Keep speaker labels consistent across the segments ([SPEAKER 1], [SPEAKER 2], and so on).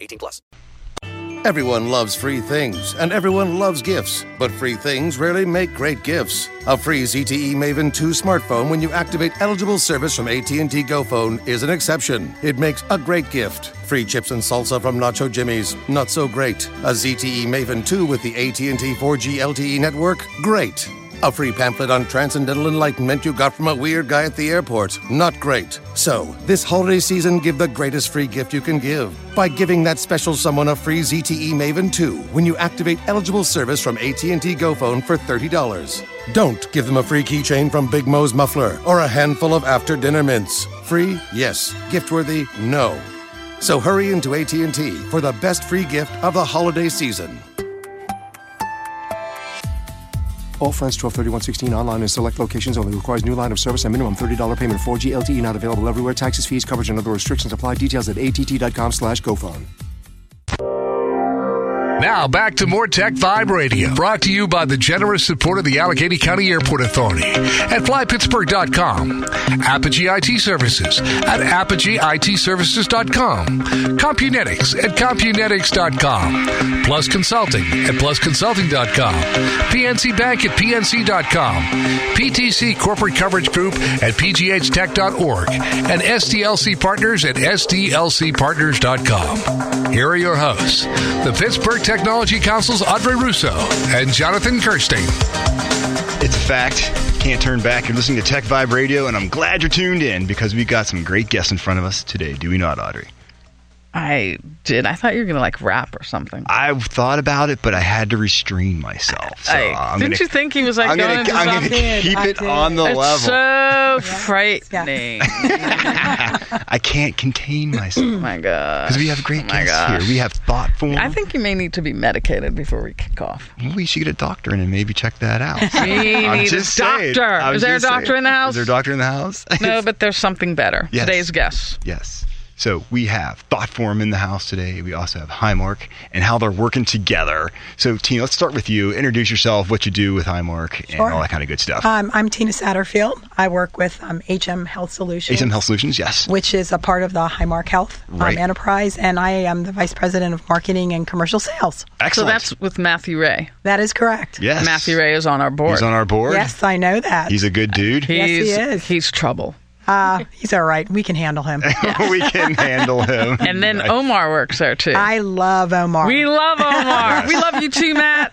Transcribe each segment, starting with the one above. [SPEAKER 1] 18 plus.
[SPEAKER 2] Everyone loves free things, and everyone loves gifts, but free things rarely make great gifts. A free ZTE Maven 2 smartphone when you activate eligible service from AT&T Go Phone is an exception. It makes a great gift. Free chips and salsa from Nacho Jimmy's, not so great. A ZTE Maven 2 with the AT&T 4G LTE E network, great. A free pamphlet on transcendental enlightenment you got from a weird guy at the airport. Not great. So, this holiday season, give the greatest free gift you can give by giving that special someone a free ZTE Maven 2 when you activate eligible service from AT&T Go Phone for $30. Don't give them a free keychain from Big Mo's muffler or a handful of after-dinner mints. Free? Yes. Gift-worthy? No. So hurry into AT&T for the best free gift of the holiday season.
[SPEAKER 3] All France 123116 online in select locations only requires new line of service and minimum $30 payment 4G LTE E not available everywhere. Taxes, fees, coverage, and other restrictions apply. Details at att.com slash GoPhone.
[SPEAKER 4] Now back to more Tech Vibe Radio, brought to you by the generous support of the Allegheny County Airport Authority at flypittsburgh.com, Apogee IT Services at apogeeitservices.com, Compunetics at compunetics.com, Plus Consulting at plusconsulting.com, PNC Bank at pnc.com, PTC Corporate Coverage Group at pghtech.org, and SDLC Partners at sdlcpartners.com. Here are your hosts, the Pittsburgh Technology Council's Andre Russo and Jonathan Kirstein.
[SPEAKER 5] It's a fact. Can't turn back. You're listening to Tech Vibe Radio, and I'm glad you're tuned in because we've got some great guests in front of us today, do we not, Audrey?
[SPEAKER 6] I did. I thought you were gonna like rap or something.
[SPEAKER 5] I've thought about it, but I had to restrain myself. So
[SPEAKER 6] Like,
[SPEAKER 5] I'm
[SPEAKER 6] didn't
[SPEAKER 5] gonna,
[SPEAKER 6] you think he was like
[SPEAKER 5] I'm
[SPEAKER 6] going
[SPEAKER 5] gonna,
[SPEAKER 6] into
[SPEAKER 5] I'm gonna
[SPEAKER 6] something?
[SPEAKER 7] did,
[SPEAKER 5] keep
[SPEAKER 7] I
[SPEAKER 5] it
[SPEAKER 7] did.
[SPEAKER 5] on the
[SPEAKER 6] It's so
[SPEAKER 5] level.
[SPEAKER 6] frightening.
[SPEAKER 5] I can't contain
[SPEAKER 6] oh
[SPEAKER 5] myself
[SPEAKER 6] my god.
[SPEAKER 5] because we have great
[SPEAKER 6] Oh my
[SPEAKER 5] guests
[SPEAKER 6] gosh.
[SPEAKER 5] here. We have thoughtful.
[SPEAKER 6] I think you may need to be medicated before we kick off.
[SPEAKER 5] Well, we should get a doctor in and maybe check that out.
[SPEAKER 6] We
[SPEAKER 5] I'm
[SPEAKER 6] need a
[SPEAKER 5] just saying.
[SPEAKER 6] doctor.
[SPEAKER 5] I'm
[SPEAKER 6] Is there a
[SPEAKER 5] just
[SPEAKER 6] doctor
[SPEAKER 5] saying.
[SPEAKER 6] in the house?
[SPEAKER 5] Is there a doctor in the house?
[SPEAKER 6] No, but there's something better.
[SPEAKER 5] Yes.
[SPEAKER 6] Today's guest.
[SPEAKER 5] Yes. So we have Thoughtform in the house today. We also have Highmark and how they're working together. So Tina, let's start with you. Introduce yourself, what you do with Highmark,
[SPEAKER 7] Sure.
[SPEAKER 5] and all that kind of good stuff.
[SPEAKER 7] Um, I'm Tina Satterfield. I work with um, HM Health Solutions,
[SPEAKER 5] HM Health Solutions, yes.
[SPEAKER 7] which is a part of the Highmark Health um,
[SPEAKER 5] Right.
[SPEAKER 7] enterprise, and I am the vice president of marketing and commercial sales.
[SPEAKER 5] Excellent.
[SPEAKER 6] So that's with Matthew Ray.
[SPEAKER 7] That is correct.
[SPEAKER 5] yes.
[SPEAKER 6] Matthew Ray is on our board.
[SPEAKER 5] He's on our board.
[SPEAKER 7] Yes, I know that.
[SPEAKER 5] He's a good dude.
[SPEAKER 7] Yes, he
[SPEAKER 6] He's-
[SPEAKER 7] is.
[SPEAKER 6] He's trouble.
[SPEAKER 7] uh, he's all right. We can handle him.
[SPEAKER 5] we can handle him.
[SPEAKER 6] And then Omar works there too.
[SPEAKER 7] I love Omar.
[SPEAKER 6] we love Omar. we love you too, Matt.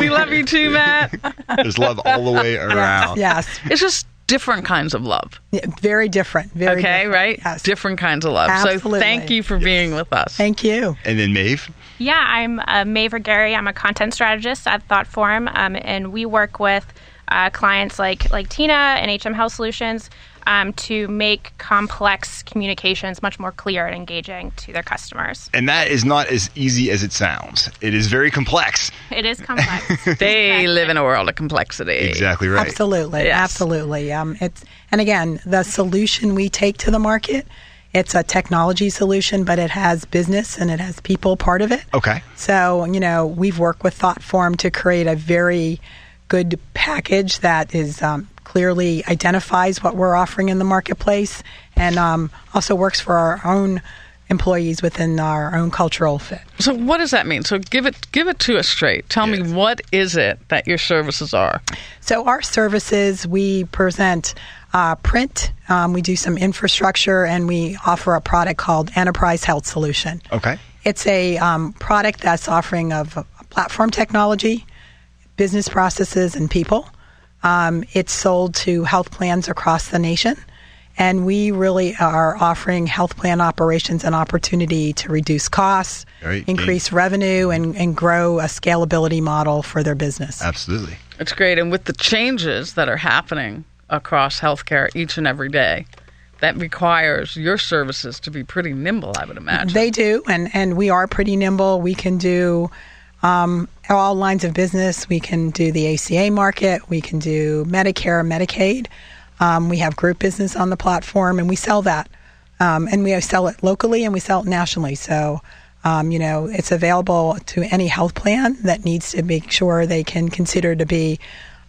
[SPEAKER 6] We love you too, Matt.
[SPEAKER 5] There's love all the way around.
[SPEAKER 7] oh. yes,
[SPEAKER 6] It's just different kinds of love.
[SPEAKER 7] Yeah, very different. Very
[SPEAKER 6] okay,
[SPEAKER 7] different.
[SPEAKER 6] right?
[SPEAKER 7] Yes.
[SPEAKER 6] Different kinds of love. So
[SPEAKER 7] Absolutely.
[SPEAKER 6] thank you for being with us.
[SPEAKER 7] Thank you.
[SPEAKER 5] And then Maeve.
[SPEAKER 8] Yeah, I'm uh, Mae Vergari. I'm a content strategist at ThoughtForm, um, and we work with uh, clients like like Tina and HM Health Solutions um, to make complex communications much more clear and engaging to their customers.
[SPEAKER 5] And that is not as easy as it sounds. It is very complex.
[SPEAKER 8] It is complex.
[SPEAKER 6] They live in a world of complexity.
[SPEAKER 5] Exactly right.
[SPEAKER 7] Absolutely,
[SPEAKER 6] Yes.
[SPEAKER 7] absolutely. Um, it's and again, the solution we take to the market, it's a technology solution, but it has business and it has people part of it.
[SPEAKER 5] Okay.
[SPEAKER 7] So you know, we've worked with ThoughtForm to create a very good package that is um, clearly identifies what we're offering in the marketplace, and um, also works for our own employees within our own cultural fit.
[SPEAKER 6] So what does that mean? So give it give it to us straight. Tell me what is it that your services are?
[SPEAKER 7] So our services, we present uh, print, um, we do some infrastructure, and we offer a product called Enterprise Health Solution.
[SPEAKER 5] Okay.
[SPEAKER 7] It's a um, product that's offering of platform technology, business processes, and people. Um, it's sold to health plans across the nation, and we really are offering health plan operations an opportunity to reduce costs,
[SPEAKER 5] Right.
[SPEAKER 7] increase revenue, and, and grow a scalability model for their business.
[SPEAKER 5] Absolutely.
[SPEAKER 6] It's great and with the changes that are happening across healthcare each and every day, that requires your services to be pretty nimble, I would imagine.
[SPEAKER 7] They do, and, and we are pretty nimble. We can do um, all lines of business. We can do the ACA market. We can do Medicare, Medicaid. Um, we have group business on the platform, and we sell that. Um, and we sell it locally and we sell it nationally. So, um, you know, it's available to any health plan that needs to make sure they can consider to be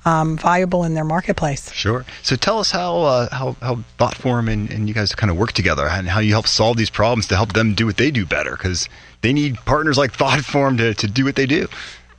[SPEAKER 7] um, viable in their marketplace.
[SPEAKER 5] Sure. So tell us how uh, how how ThoughtForm and, and you guys kind of work together and how you help solve these problems to help them do what they do better because they need partners like ThoughtForm to, to do what they do.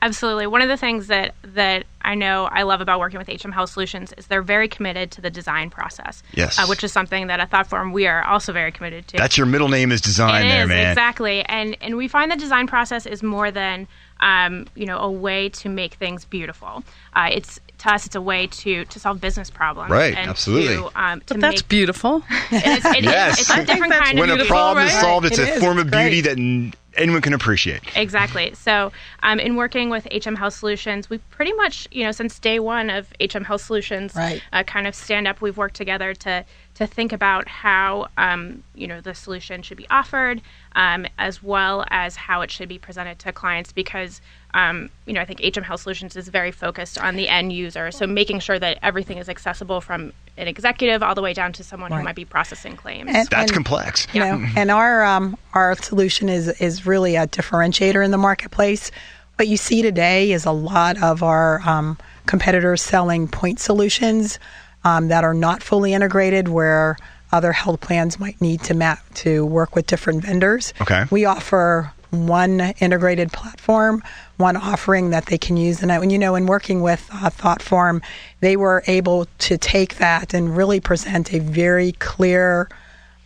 [SPEAKER 8] Absolutely. One of the things that that I know I love about working with HM Health Solutions is they're very committed to the design process.
[SPEAKER 5] Yes.
[SPEAKER 8] uh, which is something that at ThoughtForm we are also very committed to.
[SPEAKER 5] That's your middle name is design
[SPEAKER 8] It
[SPEAKER 5] there,
[SPEAKER 8] is,
[SPEAKER 5] man.
[SPEAKER 8] exactly and and we find the design process is more than um, you know a way to make things beautiful uh, it's to us it's a way to to solve business problems
[SPEAKER 5] Right,
[SPEAKER 8] and
[SPEAKER 5] absolutely.
[SPEAKER 8] to, um, to
[SPEAKER 6] but that's
[SPEAKER 8] make,
[SPEAKER 6] beautiful.
[SPEAKER 8] it's, it is-
[SPEAKER 5] Yes.
[SPEAKER 8] it's a different
[SPEAKER 6] that's
[SPEAKER 8] kind
[SPEAKER 5] When
[SPEAKER 8] of
[SPEAKER 5] a
[SPEAKER 6] beautiful,
[SPEAKER 5] problem is
[SPEAKER 6] right?
[SPEAKER 5] solved, it's
[SPEAKER 7] It
[SPEAKER 5] a
[SPEAKER 7] is.
[SPEAKER 5] form of
[SPEAKER 7] Great.
[SPEAKER 5] beauty that n- anyone can appreciate.
[SPEAKER 8] Exactly. So, um, in working with HM Health Solutions, we pretty much, you know, since day one of HM Health Solutions,
[SPEAKER 7] Right.
[SPEAKER 8] uh, kind of stand up, we've worked together to to think about how, um, you know, the solution should be offered, um, as well as how it should be presented to clients, because. Um, you know, I think HM Health Solutions is very focused on the end user, so making sure that everything is accessible from an executive all the way down to someone who might be processing claims.
[SPEAKER 7] And-
[SPEAKER 5] That's
[SPEAKER 7] and-
[SPEAKER 5] complex.
[SPEAKER 7] you know and our um, our solution is is really a differentiator in the marketplace what you see today is a lot of our um, competitors selling point solutions um, that are not fully integrated where other health plans might need to map to work with different vendors
[SPEAKER 5] Okay.
[SPEAKER 7] we offer one integrated platform, one offering that they can use. And I, and, you know, in working with uh, ThoughtForm, they were able to take that and really present a very clear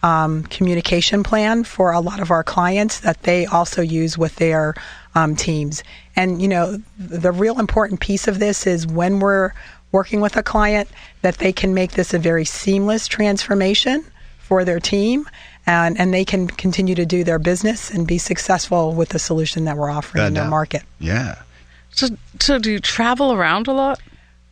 [SPEAKER 7] um, communication plan for a lot of our clients that they also use with their um, teams. And you know, the real important piece of this is when we're working with a client that they can make this a very seamless transformation for their team and, and they can continue to do their business and be successful with the solution that we're offering in
[SPEAKER 5] Bad
[SPEAKER 7] their
[SPEAKER 5] doubt.
[SPEAKER 7] market.
[SPEAKER 5] uh, Yeah.
[SPEAKER 6] So, so do you travel around a lot?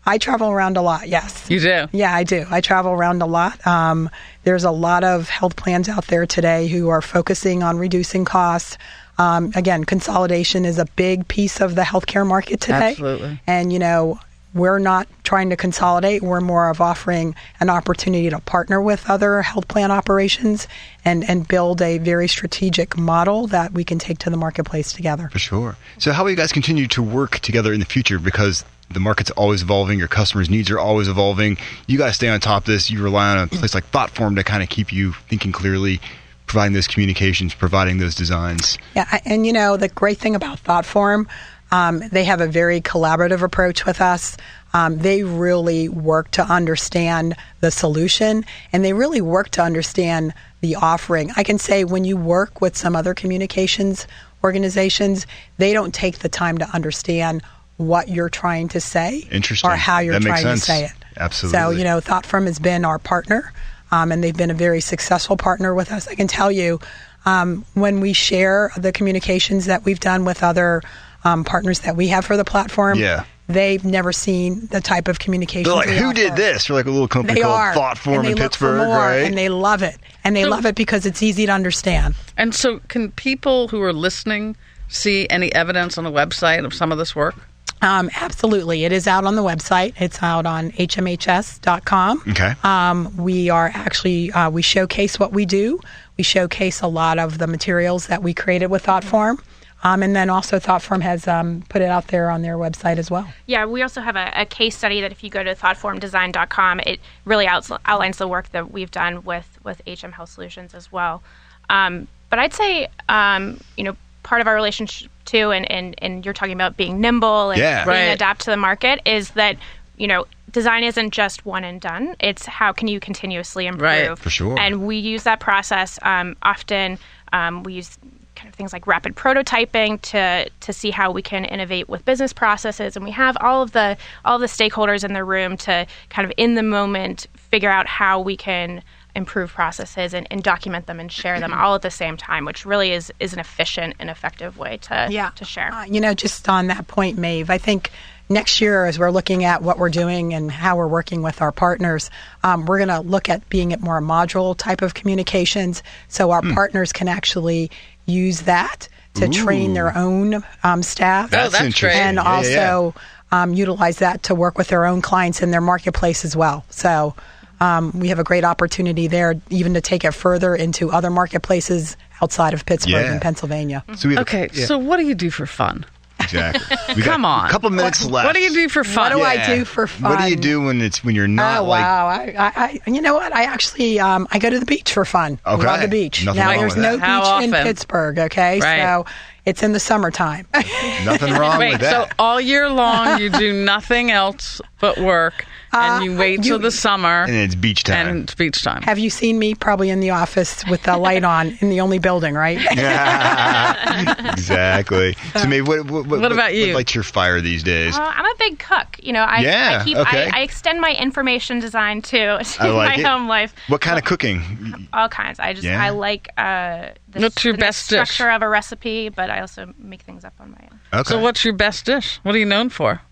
[SPEAKER 7] I travel around a lot, yes.
[SPEAKER 6] You do.
[SPEAKER 7] Yeah, I do. I travel around a lot. Um, there's a lot of health plans out there today who are focusing on reducing costs. Um, again, consolidation is a big piece of the healthcare market today.
[SPEAKER 6] Absolutely.
[SPEAKER 7] And, you know, we're not trying to consolidate. We're more of offering an opportunity to partner with other health plan operations and, and build a very strategic model that we can take to the marketplace together.
[SPEAKER 5] For sure. So, how will you guys continue to work together in the future? Because the market's always evolving, your customers' needs are always evolving. You guys stay on top of this. You rely on a place like ThoughtForm to kind of keep you thinking clearly, providing those communications, providing those designs.
[SPEAKER 7] Yeah, I- and you know the great thing about ThoughtForm, um, they have a very collaborative approach with us. Um, they really work to understand the solution, and they really work to understand the offering. I can say when you work with some other communications organizations, they don't take the time to understand what you're trying to say
[SPEAKER 5] Interesting.
[SPEAKER 7] or how you're
[SPEAKER 5] That makes
[SPEAKER 7] trying to
[SPEAKER 5] sense.
[SPEAKER 7] say it. So
[SPEAKER 5] Absolutely.
[SPEAKER 7] you know know, ThoughtFirm has been our partner, um, and they've been a very successful partner with us. I can tell you, um, when we share the communications that we've done with other um, partners that we have for the platform,
[SPEAKER 5] Yeah.
[SPEAKER 7] they've never seen the type of communication.
[SPEAKER 5] They're like, who did this? We're like a little company
[SPEAKER 7] They
[SPEAKER 5] called
[SPEAKER 7] are and
[SPEAKER 5] ThoughtForm
[SPEAKER 7] they
[SPEAKER 5] in
[SPEAKER 7] look for
[SPEAKER 5] Pittsburgh,
[SPEAKER 7] more,
[SPEAKER 5] right?
[SPEAKER 7] And they love it, and they love it because it's easy to understand.
[SPEAKER 6] And so, can people who are listening see any evidence on the website of some of this work?
[SPEAKER 7] Um, absolutely. It is out on the website. It's out on hmhs.com.
[SPEAKER 5] Okay.
[SPEAKER 7] Um, we are actually, uh, we showcase what we do. We showcase a lot of the materials that we created with ThoughtForm. Um, and then also ThoughtForm has um, put it out there on their website as well.
[SPEAKER 8] Yeah, we also have a, a case study that if you go to thoughtformdesign.com, it really outs- outlines the work that we've done with, with HM Health Solutions as well. Um, but I'd say, um, you know, part of our relationship too, and, and, and you're talking about being nimble and
[SPEAKER 5] Yeah.
[SPEAKER 8] being
[SPEAKER 6] Right.
[SPEAKER 8] adapt to the market, is that, you know, design isn't just one and done. It's how can you continuously improve.
[SPEAKER 6] Right.
[SPEAKER 5] For sure.
[SPEAKER 8] And we use that process um, often. Um, we use kind of things like rapid prototyping to to see how we can innovate with business processes, and we have all of the all the stakeholders in the room to kind of in the moment figure out how we can improve processes and, and document them and share them all at the same time, which really is is an efficient and effective way to to share.
[SPEAKER 7] Uh, you know, just on that point, Maeve, I think next year, as we're looking at what we're doing and how we're working with our partners, um, we're going to look at being at more module type of communications so our partners can actually use that to train their own um, staff
[SPEAKER 8] Oh,
[SPEAKER 6] That's that's
[SPEAKER 5] interesting.
[SPEAKER 6] great.
[SPEAKER 7] and
[SPEAKER 5] Yeah, yeah, yeah.
[SPEAKER 7] also Um, utilize that to work with their own clients in their marketplace as well. So um, we have a great opportunity there, even to take it further into other marketplaces outside of Pittsburgh
[SPEAKER 5] Yeah. Mm-hmm.
[SPEAKER 7] and Pennsylvania.
[SPEAKER 5] So we have
[SPEAKER 6] Okay,
[SPEAKER 5] A, yeah,
[SPEAKER 6] so what do you do for fun?
[SPEAKER 5] exactly. We got
[SPEAKER 6] Come on.
[SPEAKER 5] A couple minutes
[SPEAKER 6] what,
[SPEAKER 5] left.
[SPEAKER 6] What do you do for fun?
[SPEAKER 7] What do I do for
[SPEAKER 5] What do you
[SPEAKER 7] fun?
[SPEAKER 5] do when it's when you're not
[SPEAKER 7] Oh
[SPEAKER 5] Ah, like
[SPEAKER 7] wow! I, I, I, you know what? I actually, um, I go to the beach for fun.
[SPEAKER 5] Okay.
[SPEAKER 7] Love the beach.
[SPEAKER 5] Nothing
[SPEAKER 7] now
[SPEAKER 5] wrong
[SPEAKER 7] there's
[SPEAKER 5] with
[SPEAKER 7] no
[SPEAKER 5] that.
[SPEAKER 6] How
[SPEAKER 7] beach in
[SPEAKER 6] often?
[SPEAKER 7] Pittsburgh. Okay,
[SPEAKER 6] Right.
[SPEAKER 7] so it's in the summertime.
[SPEAKER 5] nothing wrong
[SPEAKER 6] Wait,
[SPEAKER 5] with that?
[SPEAKER 6] so all year long you do nothing else but work, and you wait till the summer
[SPEAKER 5] and it's beach time.
[SPEAKER 6] and it's beach time.
[SPEAKER 7] Have you seen me probably in the office with the light on in the only building, right?
[SPEAKER 5] exactly. So maybe what what,
[SPEAKER 6] What about you?
[SPEAKER 5] What lights your fire these days?
[SPEAKER 8] Well, Uh, I'm a big cook. You know, I,
[SPEAKER 5] Yeah,
[SPEAKER 8] I keep
[SPEAKER 5] okay.
[SPEAKER 8] I, I extend my information design too to
[SPEAKER 5] I like
[SPEAKER 8] my
[SPEAKER 5] it.
[SPEAKER 8] home life.
[SPEAKER 5] What kind of cooking?
[SPEAKER 8] All kinds. I just
[SPEAKER 5] Yeah.
[SPEAKER 8] I like uh, the,
[SPEAKER 6] What's your
[SPEAKER 8] the
[SPEAKER 6] best dish?
[SPEAKER 8] structure of a recipe, but I also make things up on my own.
[SPEAKER 5] Okay.
[SPEAKER 6] So what's your best dish? What are you known for?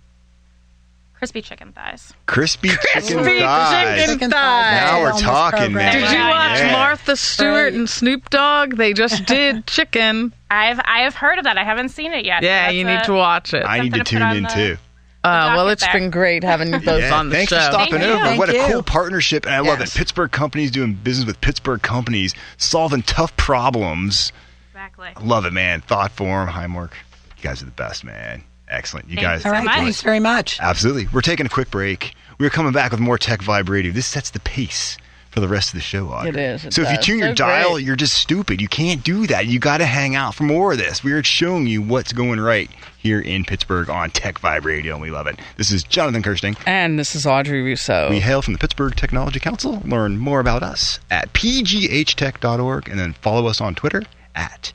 [SPEAKER 8] Crispy chicken thighs.
[SPEAKER 5] crispy chicken
[SPEAKER 6] Crispy
[SPEAKER 5] thighs?
[SPEAKER 6] chicken
[SPEAKER 7] Chicken
[SPEAKER 6] thighs.
[SPEAKER 7] thighs.
[SPEAKER 5] Oh, Now we're
[SPEAKER 7] Wellness
[SPEAKER 5] talking, man.
[SPEAKER 7] program.
[SPEAKER 6] Did you
[SPEAKER 8] Yeah.
[SPEAKER 6] watch
[SPEAKER 5] Yeah.
[SPEAKER 6] Martha Stewart and Snoop Dogg? They just did chicken.
[SPEAKER 8] I've I have heard of that. I haven't seen it yet.
[SPEAKER 6] Yeah,
[SPEAKER 8] That's
[SPEAKER 6] you
[SPEAKER 8] a-
[SPEAKER 6] need to watch it.
[SPEAKER 5] I need to
[SPEAKER 8] Something to put
[SPEAKER 5] tune
[SPEAKER 8] on
[SPEAKER 5] in
[SPEAKER 8] the-
[SPEAKER 5] too.
[SPEAKER 6] Uh, well,
[SPEAKER 8] docket
[SPEAKER 6] it's
[SPEAKER 8] there.
[SPEAKER 6] been great having you both
[SPEAKER 5] Yeah,
[SPEAKER 6] on the
[SPEAKER 5] thanks
[SPEAKER 6] show.
[SPEAKER 5] for stopping
[SPEAKER 8] Thank you.
[SPEAKER 5] over. what a
[SPEAKER 7] Thank
[SPEAKER 5] cool
[SPEAKER 7] you.
[SPEAKER 5] partnership, and I love it.
[SPEAKER 6] Yes.
[SPEAKER 5] Pittsburgh companies doing business with Pittsburgh companies, solving tough problems.
[SPEAKER 8] Exactly.
[SPEAKER 5] I love it, man. Thought form, Heimwork. You guys are the best, man. Excellent. You
[SPEAKER 8] Thanks
[SPEAKER 5] guys.
[SPEAKER 8] so
[SPEAKER 7] All right.
[SPEAKER 8] much.
[SPEAKER 7] Thanks very much.
[SPEAKER 5] Absolutely. We're taking a quick break. We're coming back with more Tech Vibe Radio. This sets the pace for the rest of the show. Audrey.
[SPEAKER 6] It is, it
[SPEAKER 5] so if you
[SPEAKER 6] does.
[SPEAKER 5] tune your
[SPEAKER 6] So
[SPEAKER 5] dial,
[SPEAKER 6] great.
[SPEAKER 5] you're just stupid. You can't do that. You got to hang out for more of this. We are showing you what's going right here in Pittsburgh on Tech Vibe Radio, and we love it. This is Jonathan Kirsting.
[SPEAKER 6] And this is Audrey Rousseau.
[SPEAKER 5] We hail from the Pittsburgh Technology Council. Learn more about us at pghtech.org and then follow us on Twitter at